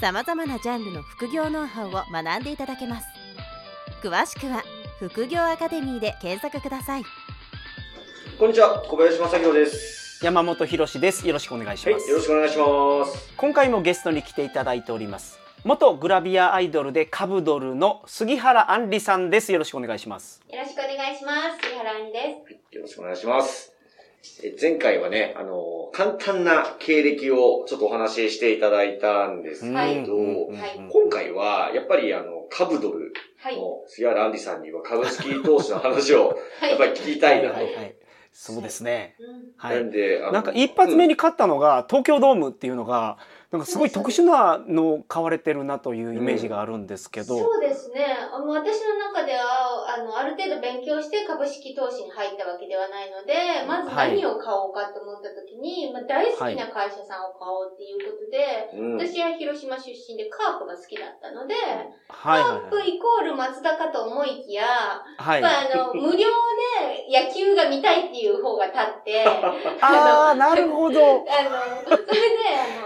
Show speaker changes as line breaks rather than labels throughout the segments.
さまざまなジャンルの副業ノウハウを学んでいただけます詳しくは「副業アカデミー」で検索ください
こんにちは、小林正弘です。
山本博史です。よろしくお願いし
はい、
ま
よ
す。
ろしくお願いします。
今回もゲストに来ていただいております。元グラビアアイドルでカブドルの杉原杏里さんです。よろしくお願いします。
よろしくお願いします。杉原兄です。
よろしくお願いします。え前回はね、あの、簡単な経歴をちょっとお話ししていただいたんですけど、
はい
うん
はい
今回は、やっぱりあの、株ドル
はい。
の杉原アンディさんには株式投資の話を、
は
やっぱり聞きたいな
はいはい
と。
はいそうですね。
うん
は
ないん。で、あの
なんか一発目
うん
に買ったのが東京ドームっていうのがなんかすごい特殊なのを買われてるなというイメージがあるんですけど、
そうですね。あもう私の中では、あの、ある程度勉強して株式投資に入ったわけではないので、まず
はい
何を買おうかと思った時に、まあ、大好きな会社さんを買おうっていうことで、
うん、
私は広島出身でカープが好きだったので、
はいはい
カープイコール松田かと思いきや、
はい。
ま
はい。
あ、あの、無料で野球が見たいっていう方が立 って、
ああなるほど。
あの、それで、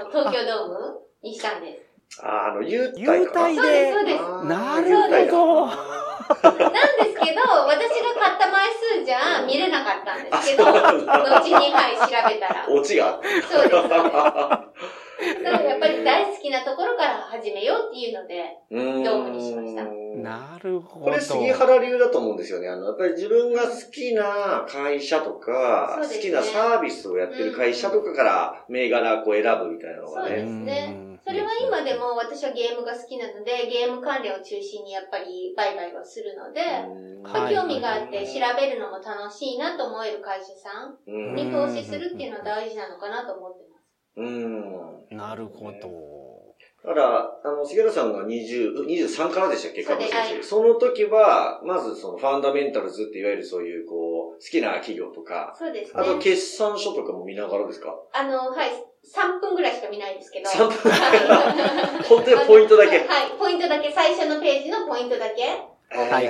あの、東京ドームにしたんです。
ああの、優待
優
か
待
そうで、
です
そうです。
な
な
あー
るほど
なんですけど、私が買った枚数じゃ見れなかったんですけど、
そう
後
なんだ
に、はい、調べたら。そう
オチがあった。
です、そうです。だからやっぱり大好きなところから始めようっていうので、
うん
ドームにしました
なるほど。
これ杉原流だと思うんですよね。あの、やっぱり自分が好きな会社とか、
そう
好
です
き
ね
なサービスをやってる会社とかから銘柄こう選ぶみたいなのが
そうです
ね。
ね
うん
それは今でも私はゲームが好きなので、ゲーム関連を中心にやっぱり売買をするので、
うん
はい
まあ興味があって調べるのも楽しいなと思える会社さん
うん
に投資するっていうのは大事なのかなと思ってます。
うん。
なるほど。
だから、あの、杉原さんが20、23からでしたっけ
そう
株
です
式市その時は、まずそのファンダメンタルズっていわゆるそういうこう、好きな企業とか、
そうですね
あ。と決算書とかも見ながらですか
あの、はい、3分ぐらいしか見ないですけど。
?3 分だ
は
け。本当にポイントだけ。
はい、ポイントだけ、最初のページのポイントだけ。
いはいはい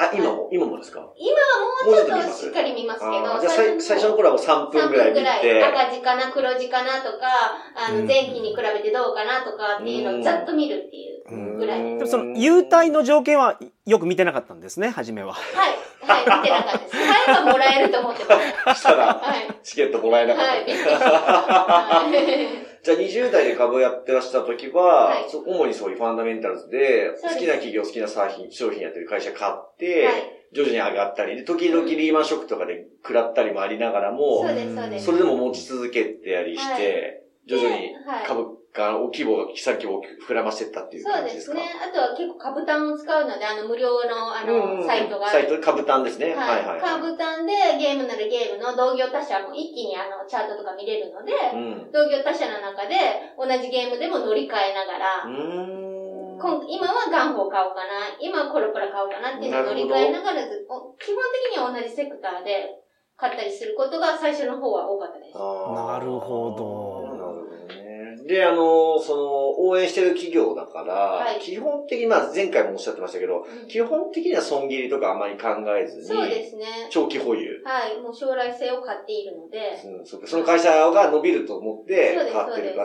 あ、今も、今もですか
もうちょっとしっかり見ますけ
あ
ど
ー、じゃあ最最初の頃はもう3
3
分
分
ぐらい見
ぐら
て
い、、赤字かな、黒字かなとか、あ
う
の、
ん
前期に比べてどうかなとかっていうの
うん
をざっと見るっていう。
うん
ぐらい
でもその優待の条件はよく見てなかったんですね、初めは。
はい、はい、見てなかったです。買えばもらえると思ってます。
した ら、
はい。
チケットもらえなかった。
はい、びっくりしました。はい
じゃあ20代で株をやってらした時
は
は、
い
そ主にそういうファンダメンタルズで、
そう
好
です
きな企業、好きなサーフィン商品やってる会社買っ
は
て、
い
徐々に上がったり、で、時々リーマンショックとかで食らったりもありながらも
そう、ですそうです
それでも持ち続けてやりして、 徐々に
はい
株価、お規模が、先を膨らませてったっていう
そう
感
で
じです
す
か
ね。あとは結構株単を使うので、あの、無料の、あ
うんうん
の、サイトがあ
サ
る
イト、株単ですね。はいは。
はいい。カーブ単でゲームならゲームの同業他社も一気にあのチャートとか見れるので、
うん。
同業他社の中で同じゲームでも乗り換えながら、
うーん
今今はガンボを買おうかな、今はコロコロ買おうかなっていうのを乗り換えながらず、お基本的には同じセクターで買ったりすることが最初の方は多かったです。
な
なるほど
なるほどね。で、あの、その、応援してる企業だから、
はい
基本的に、まあ前回もおっしゃってましたけど、
うん
基本的には損切りとかあまり考えずに、
そうですね。
長期保有。
はい。もう将来性を買っているので、
うん、そうかその会社が伸びると思って
そうで
買って
す
るか
そうです
ら、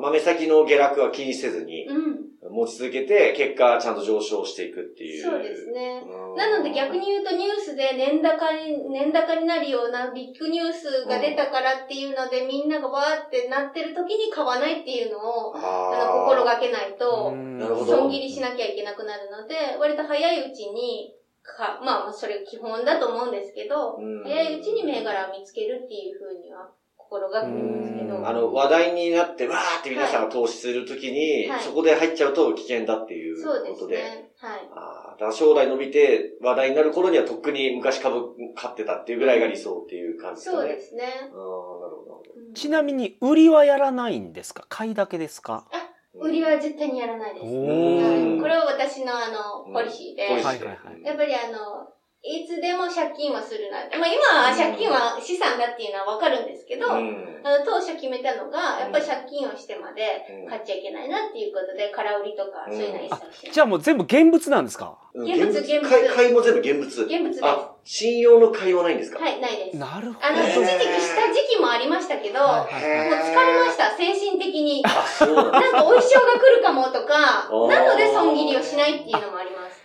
まあ目先の下落は気にせずに、
うん。
持ち続けて、結果ちゃんと上昇していくっていう。
そうですね。
うん
なので逆に言うとニュースで年高に、年高になるようなビッグニュースが出たからっていうので、みんながわーってなってる時に買わないっていうのを、あの、
あ
心
が。
がけないと、
なるほど
損切りしなきゃいけなくなるので、割と早いうちに、か、まあ、それ基本だと思うんですけど、
うん
早いうちに銘柄を見つけるっていうふうには心がけてるんですけ
う
ど、
ん
あの、話題になって、わーって皆さんが投資するときに、
はい
そこで入っちゃうと危険だっていう
そうで
こと
す
で。
ね。はい。
あーだから将来伸びて話題になる頃にはとっくに昔株買ってたっていうぐらいが理想っていう感じですかね。
そうですね。
あーなるほどなる
うん
ちなみに売りはやらないんですか買いだけですか
ほど。
売りは絶対にやらないです。
おー
はい私のあの、ポリシーで、
ポリシ
は
ー
い
で
はいはい
やっぱりあの、いつでも借金はするな。まあ今は借金は資産だっていうのはわかるんですけど、
うん
あの当初決めたのが、やっぱり借金をしてまで
うん
買っちゃいけないなっていうことで、空売りとかそういうのは一切し
じゃあもう全部現物なんですか
うん
現物現物
買い買いも全部現物。
ない。現物です。
あ、
は
信用の買いはないんですか
い、ないです。
なるほど。
あの、
へ
一
ー
時期した時期もありましたけど、も
は
う
い
疲
はい
れ
はい
ました、精神的に。
あ、そうなんだ。
なんかお衣装が来るかもとか
お、ー
なので損切りをしないっていうのもあります。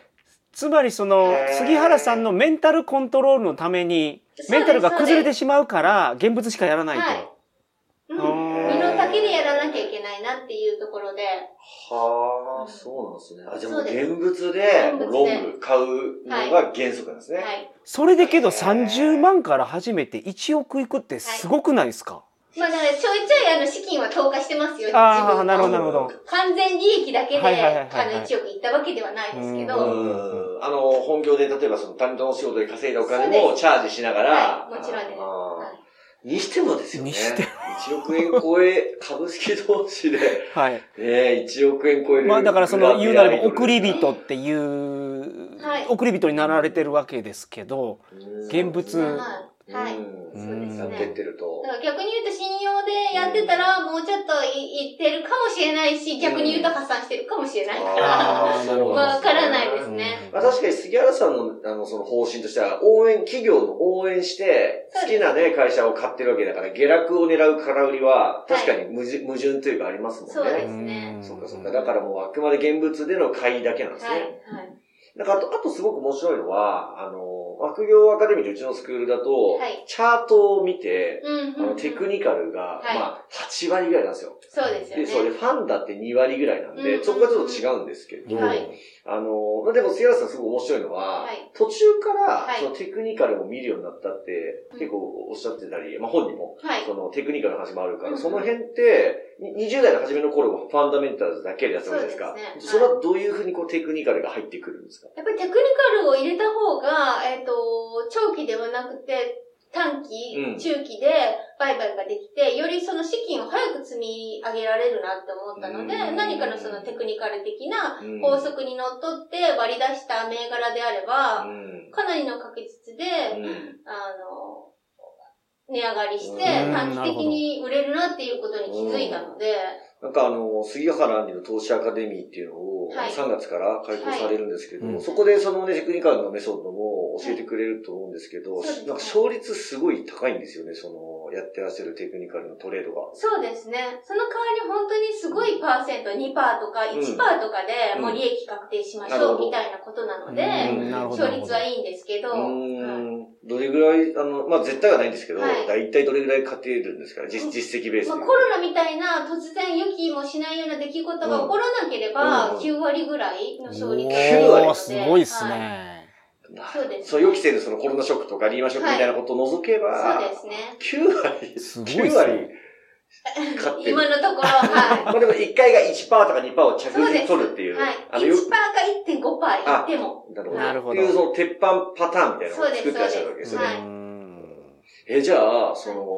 つまりその
へー
杉原さんのメンタルコントロールのために
そうです
メンタルが崩れてしまうから現物しかやらないと。
はいうん。
あー
身の丈でやらなきゃいけないなっていうところで、
はあ、そうなんですね。あ、じゃあもう
そうで
現
す
物で、
現
ロ
物で
ング買うのが原則なんですね。
はい。
それでけど
へー
30万から始めて1億いくってすごくないですか、
まあだからちょいちょいあの資金は投下してますよ、
あー
自分の
なるほどなるほど。
完全利益だけで、
はいはいはい
あ
はい
の、1億いったわけではないですけ
う
ど、
うん。あの、本業で例えばその担当の仕事で稼いだお金
そう
も
です
チャージしながら。
はいもちろんです
あー
はい
にしてもですよね。
にしても
1億円超え、株式投資で、
はい。
ね、1億円超える。
まあだからその言うなれば送り
火
人っていう、
はい
送り人になられてるわけですけど、現物
ま
うん
あまあはい。
う
そうで
ん。
す
やっ
ね
てってると
だ。から逆に言うと信用でやってたら、もうちょっといいってるかもしれないし、逆に言うと破産してるかもしれないから、
あーなるほど
わからないですね。
まあ、確かに杉原さんのあのその方針としては、応援、企業の応援して、好
そう
き
です
なね、会社を買ってるわけだから、下落を狙う空売りは、確かに矛盾,、矛盾というかありますもんね。
そうです
うん
ね
そっかそっか。だからもうあくまで現物での買いだけなんですね。
はい。はい
なんかあと、あとすごく面白いのは、あの、学業アカデミーでうちのスクールだと、
はい
チャートを見て、
うん
あ
うんう
の
ん。
テクニカルが、
はい
まあ、8割ぐらいなんですよ。
そうですよ
で、
ね。
そうで、ファンだって2割ぐらいなんで、
うんうんうん
そこがちょっと違うんですけど、
はい
あの、まあでも杉原さんすごく面白いのは、
はい
途中から
はい
そのテクニカルを見るようになったって、
うん
結構おっしゃってたり、まあ本人も、
はい。
そのテクニカルの話もあるから、
うん
その辺って、に20代の初めの頃はファンダメンタルズだけでやってたじゃないですか。そ
そうですね
れはどういうふうにこうテクニカルが入ってくるんですか
やっぱりテクニカルを入れた方が、えっ、と、長期ではなくて、短期、
うん
中期で売買ができて、よりその資金を早く積み上げられるなって思ったので、
うん
何かのそのテクニカル的な
うん
法則にのっとって割り出した銘柄であれば、かなりの確率
う
で、
ん
あの、値上がりして、
うん
短期的に売れるなっていうことに気づいたので、
なんかあの、杉原兄の投資アカデミーっていうのを、
はい
3月から開講されるんですけど、
はいうん
そこでそのね、テクニカルのメソッドも教えてくれると思うんですけど、
はいそうですね
なんか勝率すごい高いんですよね、その、やってらっしゃるテクニカルのトレードが。
そうですね。その代わり本当にすごいパーセント、2%とか1%とか
うん
でもう利益確定しまし
なる
ょ
ほ
う
ど
みたいなことな
う
ので、
んなるほど
勝率はいいんですけど、
う
はい
ーんどれぐらい、あの、まあ、絶対はないんですけど、
はい
大体どれぐらい勝てるんですかね、実実績ベースで。
まあ、コロナみたいな突然予期もしないような出来事が起こらなけれ
うん
ば
うん
9割ぐらいの勝率
お
が
9割
ーすごいです
は
ね。
な
そうですね
そう予期せぬそのコロナショックとかリーマンショックみたいなことを除けば、
そうですね。
9割、
すごいで
9
す
割
ね。
勝ってる
今。のところ、は
まあでも1回が1%とか2%を 着
い。そう
実
で
に
す。
取るっていう。
はい。
あ
1%
のよく
か1.5%いっても。
なるほど。
なるほ
っ
ど
ていうその鉄板パターンみたいなのを作ってらっしゃるわけですよね。
はいう
ーん
え、じゃあ、その、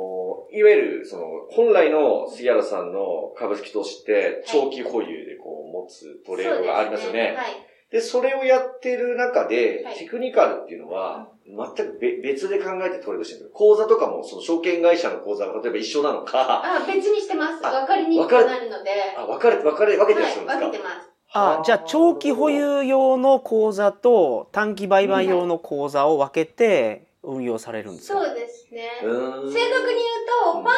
いわゆる、その、本来の杉原さんの株式投資って、長期保有でこう持つトレードがありますよね。
はい。
で、それをやってる中で
は、い
テクニカルっていうのは、全くべ別で考えてトレードしてるんですか口座とかも、その証券会社の口座が例えば一緒なのか、
あ、別にしてます。
あ
分かりにくくなるので。
あ、分かれて、分かれ、分けてらっ
は
しゃ
い
るんですか、
分けてます。
あ
は、
じゃあ長期保有用の口座と短期売買用の口座を分けて運用されるんですか、
そうですね。
うーん
正確
う
に言うと、
ん
ファンダ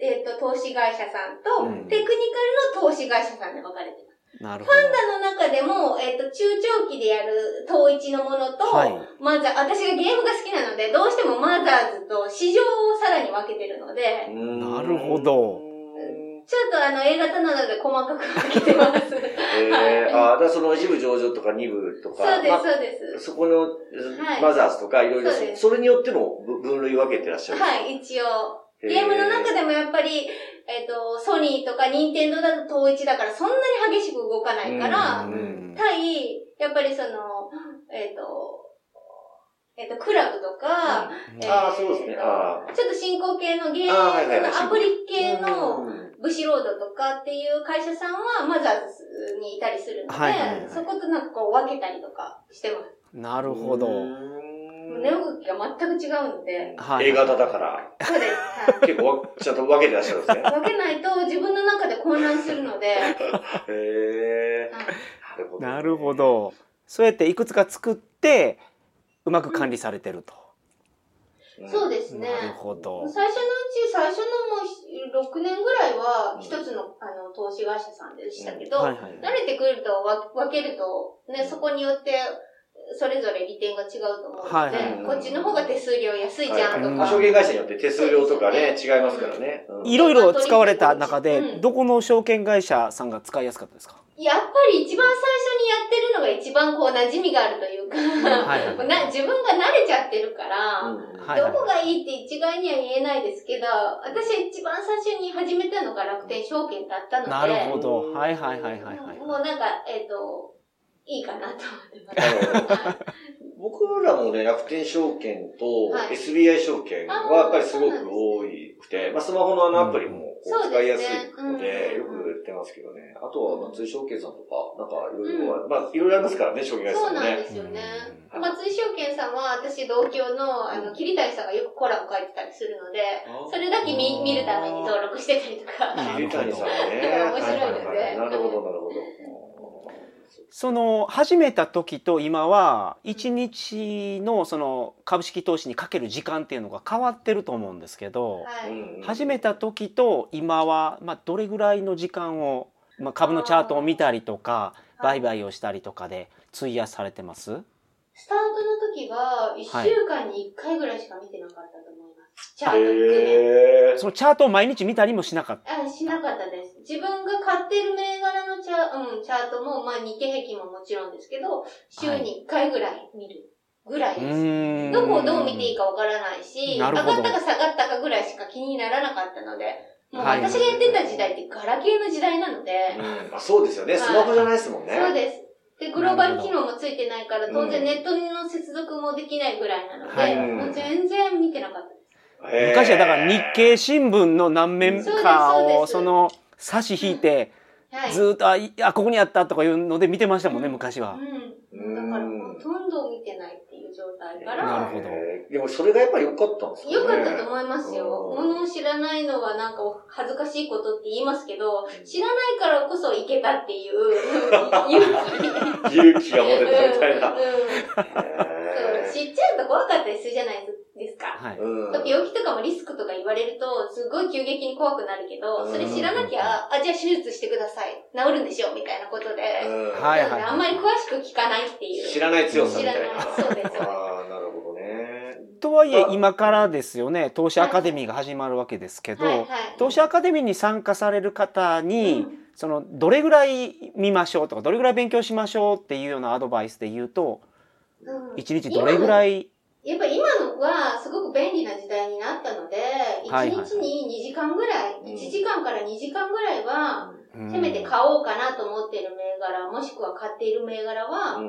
メンタルの、えっと投資会社さんと、
うん
テクニカルの投資会社さんで分かれてま
な
す。
るほど。
ファンダの中でも、えっと中長期でやる統一のものと、
はい。
マザー、私がゲームが好きなので、どうしてもマザーズと市場をさらに分けてるので、
な
なるほど
ちょっとあの A 型なので細かく分けてます。そうです、
ええ、ああ、だからその一部上場とか二部とか、まあ
そうです。
そこの、
はい
マザーズとかいろいろ、
そうです
それによってもぶ分類分けてらっしゃるんですか。
はい、一応。ゲームの中
で。
でもやっぱり、えっ、と、ソニーとか任天堂だと統一だからそんなに激しく動かないから、
うん
対、やっぱりその、えっ、と、えっと、クラブとか、えー
ああ、そうですね。あ
ちょっと進行系のゲーム
あはいはいはい
アプリ系
あ。
の
うん
ブシロードとかっていう会社さんはマザーズにいたりするので、
はいはい
はい
そことなんかこう分けたりとかしてます。
なるほど。
う
も
ん
う値動きが全く違うので、
はい
A 型だから、
そうです。はい
結構わちゃんと分けてらっしゃるんです ね。
分けないと自分の中で混乱する ので、
へえ。
はい
なるほど。
なるほ。ど。そうやっていくつか作ってうまく管理されてると。
そう
で
ですね。
なるほど。
最初のうち、最初のもう6年ぐらいは、一つのあの投資会社さんでしたけど、
はいはい。
慣れてくるとわ分けると、ね、そこによって、それぞれ利点が違うと思うので、
はいはい
こっちの方が手数料安いじゃんと
はい
か、
まあ、証券会社によって手数料とかね、違いますからね。うん
いろいろ使われた中
う
で
ん
どこの証券会社さんが使いやすかったですか。
やっぱり一番最初にやってるのが一番こう馴染みがあるとい うか、
はいはい
な自分が慣れちゃってるから、
うん
はい
どこがいいって一概には言えないですけど、私一番最初に始めたのが楽天証券だったので、
なるほど。はいはいはいはいはい。
もうなんか、えっ、と、いいかなと思ってま
なるほど
す。
僕らもね、楽天証券と
はい
SBI 証券はやっぱりすごく多くて、まあ、スマホのあのアプリもこう
うん
使いやすい
そう
の
で
で、
すね
よ
うん
く売ってますけどね。あとは松井証券さんとか、なんかいろいろ、まあ、いろいろありますからね、証券会社
そ
さ
うん
も
なんで
ね。
すよね。
うん
松井証券さんは私同郷のあの桐谷さんがよくコラム書いてたりするので、それだけ見見るために登録してたりとか。
なる
桐
ほ
谷
ど
さんね。
面白いですね
はははなるほど、なるほど。
その始めた時と今は一日のその株式投資にかける時間っていうのが変わってると思うんですけど、
は
う
い。
んうん
始めた時と今はまあどれぐらいの時間をまあ株のチャートを見たりとか
はい
売買をしたりとかで費やされてます？
スタートの時は、一週間に一回ぐらいしか見てなかったと思います。チャート含め。
へー
そのチャートを毎日見たりもしなかった。
あ、しなかったです。自分が買ってる銘柄のチャ,、うん、チャートも、まあ日経平均ももちろんですけど、週に一回ぐらい見るぐらいです。ど
ど
こをどう見ていいかわからないし、
な
上
る
が
ほど
ったか下がったかぐらいしか気にならなかったので、もう
はい
私がやってた時代ってガラケーの時代なので、
うんあそうですよね。スマホじゃないですもんね。
そうです。で、グローバル
なるほど
機能もついてないから、
うん
当然ネットの接続もできないぐらいなので、
はい
もう全然見てなかったです。
へー
昔はだから日経新聞の何面か
そうですそう
を
です
その差し引いて
はい。
ずーっとあいあここにあったとかいうので見てましたもんね
うん
昔は。
うん。だからほとんど見てないっていう状態から、
なるほど
えーでもそれがやっぱり良かったんですね。
よかったと思いますよ。
うん
ものを知らないのはなんか恥ずかしいことって言いますけど、知らないからこそいけたっていう 勇気。
勇気が持てたみたいな。
うんうん
へ
そう知っちゃうと怖かったりするじゃないですか。
はい。
ー
だって病気とかもリスクとか言われると、すごい急激に怖くなるけど、それ知らなきゃ、あ、じゃあ手術してください。治るんでしょみたいなことで。
うん
はい
なのであんまり詳しく聞かないっていう。
知らない強さみたいな。
知らないそうです
ああ、なるほどね。
とはいえ今からですよね投資アカデミーが始まるわけですけど、
はいはい。
投資アカデミーに参加される方に、
うん
そのどれぐらい見ましょうとかどれぐらい勉強しましょうっていうようなアドバイスで言うと
うん
一日どれぐらい
やっぱ今のはすごく便利な時代になったので、
はい
1日に2時間ぐらい、
うん
1時間から2時間ぐらいは、
うん
せめて買おうかなと思っている銘柄、もしくは買っている銘柄は、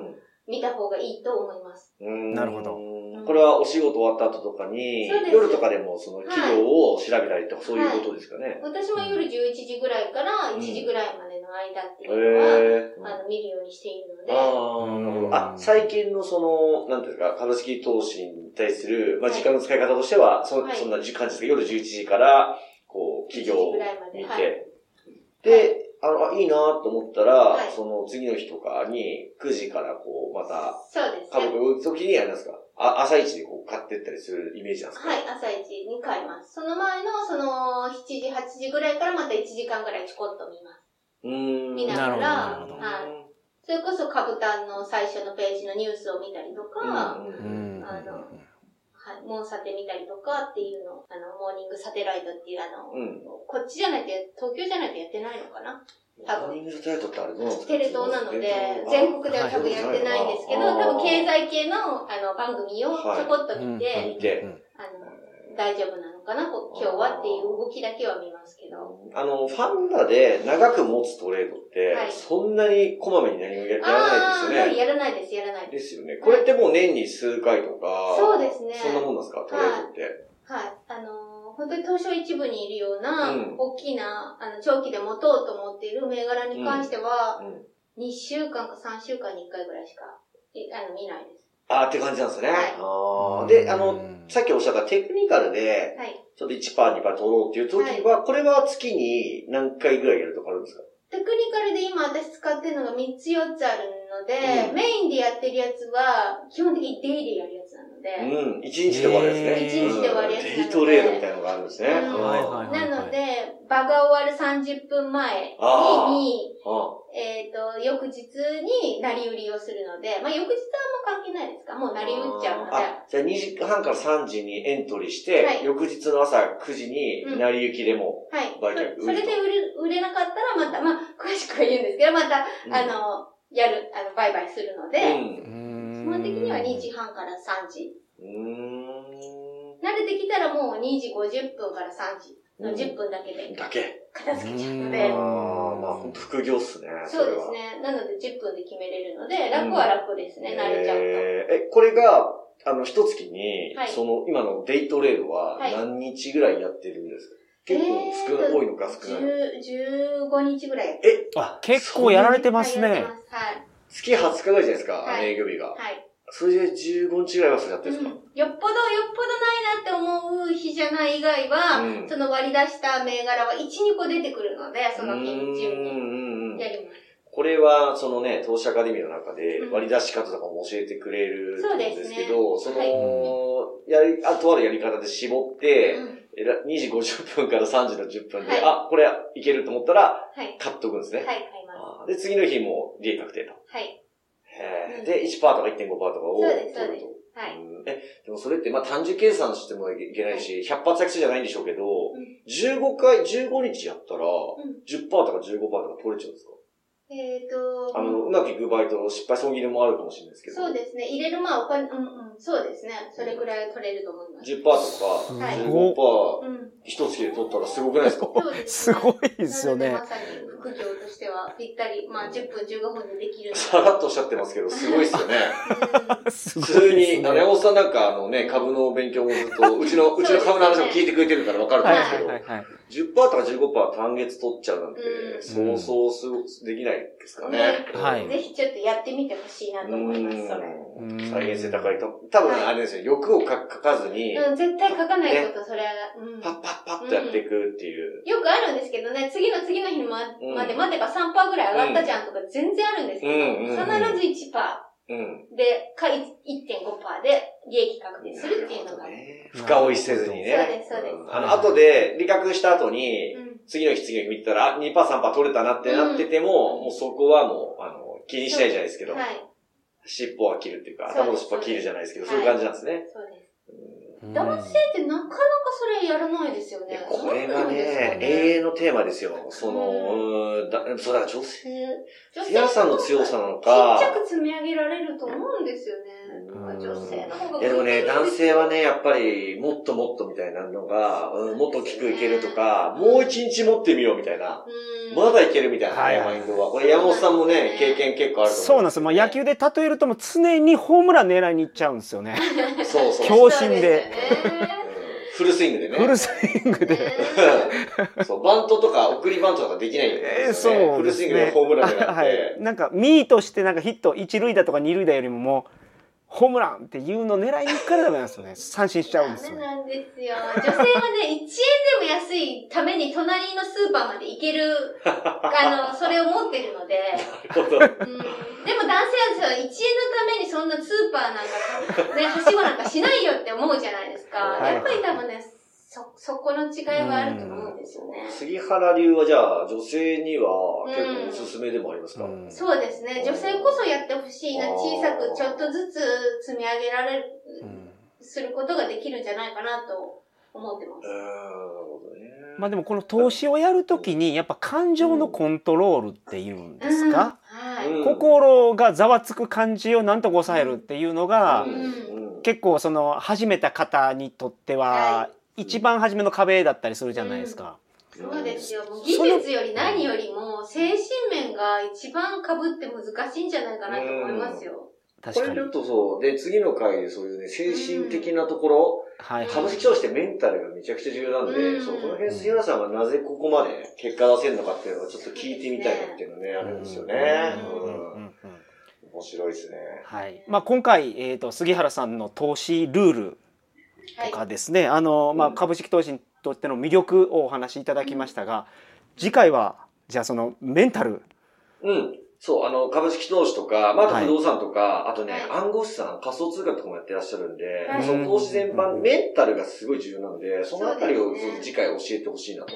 見た方がいいと思います。
うん
なるほど
うんこれはお仕事終わった後とかに
そうで、す
夜とかでもその企業を調べたりとかそういうことですかね。
私も夜11時ぐらいから1時ぐらいまでの間って
へ
いうのは、
え。
あの見るようにしているので、
ああ、なるほど。あ、最近のその、なんていうんですか、株式投資に対する、まあ、
はい
時間の使い方としては、そ,、
はい
そんな感じですか夜11時から、こう、企業
1時
を
ぐらいまで
見て、
はい
で、あの、あいいなと思ったら、
はい
その次の日とかに、9時からこう、また、
そうです
家族
ね。
を打つ時に、あれなんですか、あ朝一でこう、買ってったりするイメージなんですか
はい、朝1に買います。その前のその7時、8時ぐらいからまた1時間ぐらいちょこっと見ます。
うーん。
見な
がらなるほど
なるそれこそカブタンの最初のページのニュースを見たりとか、
うん
うん
あのはい、モンサテ見たりとかっていうの、あの、モーニングサテライトっていうあの、
うん。うん。
こっちじゃないとや、東京じゃないとやってないのかな多分
モーニングタイトってあれどうなんですか
テレ東なので、全国では多分やってないんですけど、多分経済系のあの番組をちょこっと
見
見て、
て
あの、大丈夫なのかな、こ今日はっていう動きだけは見ますけど。
あの、ファンダで長く持つトレードって、
はい
そんなにこまめに何もややら
あ
な
あ
いで
ー、
すよ
はい、
ね。
やらないです、やらないです。
ですよね。これってもう年に数回とか、
そうですね
そんなもんなんですか、トレードって。
はい。あのー本当に東証一部にいるような、
うん
大きな、あの、長期で持とうと思っている銘柄に関して
う
は、
ん
2週間か3週間に1回ぐらいしか、いあの、見ないです。
あーって感じなんですね。
はい
あーで、あ
う
の、
ん
さっきおっしゃったテクニカルで、
はい。
ちょっと1%、2%取ろうっていう時は、これは月に何回ぐらいやるとかあるんですか
テクニカルで今私使ってるのが3つ4つあるので、
うん
メインでやってるやつは、基本的にデイリーやるやつなので、
うん、一日で終わるやつね。
一日で終わるやつ
うんデイトレードみたいなのがあるんですね。
うん
はいはい
なので、場が終わる30分前
あー
に、
あ
えっ、と、翌日に成り売りをするので、まあ翌日はあんま関係ないですかもう成り売っちゃうので。
あ、じゃあ2時半から3時にエントリーして、
はい
翌日の朝9時に成り行きでも、
はい。
売却
そそれで売れ、売れなかったらまた、まあ、詳しくは言うんですけど、また、
うん
あの、やる、あの、売買するの
う
で、
ん。
基本的には2時半から3時。
うー
慣れてきたらもう2時50分から3時の
うん
10分だけで
ん。だけ。
片付けちゃう
あ
の
う
あ
で
ん、
まあ、ほんと副業っすね。
そう
れ
で
は
す。ね。なので10分で決めれるので、楽は楽ですね、慣れちゃう
えーえ、これが、あの、一月に、
はい
その、今のデイトレードは
はい
何日ぐらいやってるんですか、
えー
結構少ない、多いのか
と。
少ないのか
10 15日ぐらいやって
あ、結構やられてます
はいや
ね
って。ますはい。
月20日ぐらいじゃないですか、
はい
営業日が。
はい。
それで15日ぐらいはそれやって
う
るん
ん
ですか、
よっぽど、よっぽどないなって思う日じゃない以外は、
うん
その割り出した銘柄は1、2個出てくるので、その日
う
中
んうんうん
にやります。
これは、そのね、投資アカデミーの中で
うん
割り出し方とかも教えてくれる
そうんですね
ですけど、そ
はい
の、やり、あとあるやり方で絞って、
うん
えら2時50分から3時の10分で、
はい
あ、これいけると思ったら、
はい。
買っとくんです
はい、
ね。
買います。
あーで、次の日も利益確定と。
はい。
へー
うん
で、1%とか1.5%とかを
そう
取
で
る
す
と。
そうですはい。
うんえ、でもそれって、まあ単純計算してもいけないし、100発着地じゃないんでしょうけど、
ん
15回、15日やったら、
ん
10%とか15%とか取れちゃうんですか
えっ、と、
あの、うまくいく場合と失敗損切りもあるかもしれないですけど。
そうですね。入れる、まあ、お金、うんうん、そうですね。それぐらい取れると思います。
10%とか、
はい
15%、
うん。
一月で取ったらすごくないですか
そうです
す
ね。
ごいで
です
よ ね
ま。さに副業としてはぴったり、まあ、10分、15分でできる。
さらっとおっしゃってますけど、すごいっす よね。
す
普通に、あの、山
は
本さんなんかあのね、株の勉強もずっと、うちの、
そう
うち
ですね
の株の話も聞いてくれてるからわかる
い
と思
はいうは
ん
いはい。
ですけど、10%とか15%単月取っちゃうなんて
う、
そうそうすごできないですかね。
うんはい
うんぜひちょっとやってみてほしいなと思います、それ。
うん再現性高いと。多分あれですよ、欲をかかかずに、
うん、絶対書かないこと、それは。うん。
パッパッパッとやっていくっていう。
よくあるんですけどね、次の次の日にま
うん
まで待てば3%ぐらい上がったじゃんとか全然あるんですけ
うんうんうん
ど、必ず1%
うん。
で、かい1.5%で利益確定するっていうのが。
ね。深追いせずにね。
そうですそうです
んあの、後で、利確した後に、
うん
次の日次の日見たら、あ2%、3%取れたなってなってても、もうそこはもう、あの、気にしないじゃないですけど、
はい。
尻尾は切るっていうか、
そうです
頭の尻尾は切るじゃないですけど、
そ
そう
う
い
で
う感
す
じなんですね。
そうです。
うん
男性ってなかなかそれやらないですよ
いや
ね。
これ
な
が
んなんですか
ね、永遠のテーマですよ。その、うーん、だ、そうだから女性、
女性
皆さんの強さなの
ち
か
っちゃ、く積み上げられると思うんですよね。
うん
女性の方が。
いやでもね、男性はね、、やっぱり、もっともっとみたいなのが、うん、もっと大きくいけるとか、もう一日持ってみようみたいな。
うん。
まだいけるみたいな、
はい
マインドは。これ山本さんもね、
そうなんです
経
ね
験結構あると思う。
そうなんですよ。まあ野球で例えるともう常にホームラン狙いに行っちゃうんですよね。
そうそう
強振で
そうすよね
うんフルスイングでね。
フルスイングで。
ね
そう、バントとか、送りバントとかできないよね。
えーそ
フ
うで
ル
す
ス
ね
イングでホームランになって。
はい。なんかミートしてなんかヒット一塁打とか二塁打よりももうホームランっていうのを狙いに行くからダメなんですよ ね。三振しちゃうんですよ
ダメ
ね。
なんですよ。女性はね、1円でも安いために隣のスーパーまで行ける、あの、それを持ってるので。
なるほど
うんでも男性はさ、1円のためにそんなスーパーなん か、ね、はしごなんかしないよって思うじゃないですか。
はい
やっぱり多分ね、そ、そこの違いはあると思うんですよね。
杉原流はじゃあ、女性には結構おすすめでもありますか、
うん
そうですね。女性こそやってほしいな。小さくちょっとずつ積み上げられる、
うん
することができるんじゃないかなと思ってま
うー
す。
ん、なるほどね。
まあでもこの投資をやるときにやっぱ感情のコントロールっていうんですか、
うんはい。
うん
心がざわつく感じをなんとか抑えるっていうのが、
うん
うん
うん
結構その始めた方にとっては一番初めの壁だったりするじゃないですか。
そうですよ。もう技術より何よりも、精神面が一番被って難しいんじゃないかなと思いますよ。
こ
確
れ
かに
ち。ょっとそう、で、次の回でそういうね、精神的なところ、
はいは
株式投資ってメンタルがめちゃくちゃ重要なんで、
うん
そうこの辺杉浦さんがなぜここまで結果出せるのかっていうのはちょっと聞いてみたいなっていうのね、あ
い。
るんですよね。
う
うん
うんうん
ん
うん
面白いですね。
はい。まあ今回えっと杉原さんの投資ルール
はい
と。かですね、あのまあ
うん
株式投資にとっての魅力をお話しいただきましたが、次回はじゃあそのメンタル
うん。そう、あの、株式投資とか、まあ、あと
はい
不動産とか、あとね、
はい
暗号資産、仮想通貨とかもやってらっしゃるんで、
はい
その投資全
う
般、
ん
メンタルがすごい重要なんで、そのあたり
そう
を
ですね
次回教えてほしいなと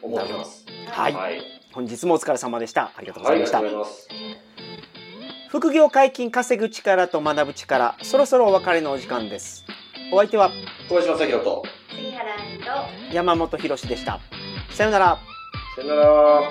思ってます。
はい
はい。
本日もお疲れ様でした。ありがとうご
はい、あ
ざい
り
ま
が
し
と
た
うご。ざいます。
副業解禁稼ぐ力と学ぶ力、そろそろお別れのお時間です。お相手は
小林正宏と。
杉原愛と、
山本博史でした。さよなら。
さよなら。
さよなら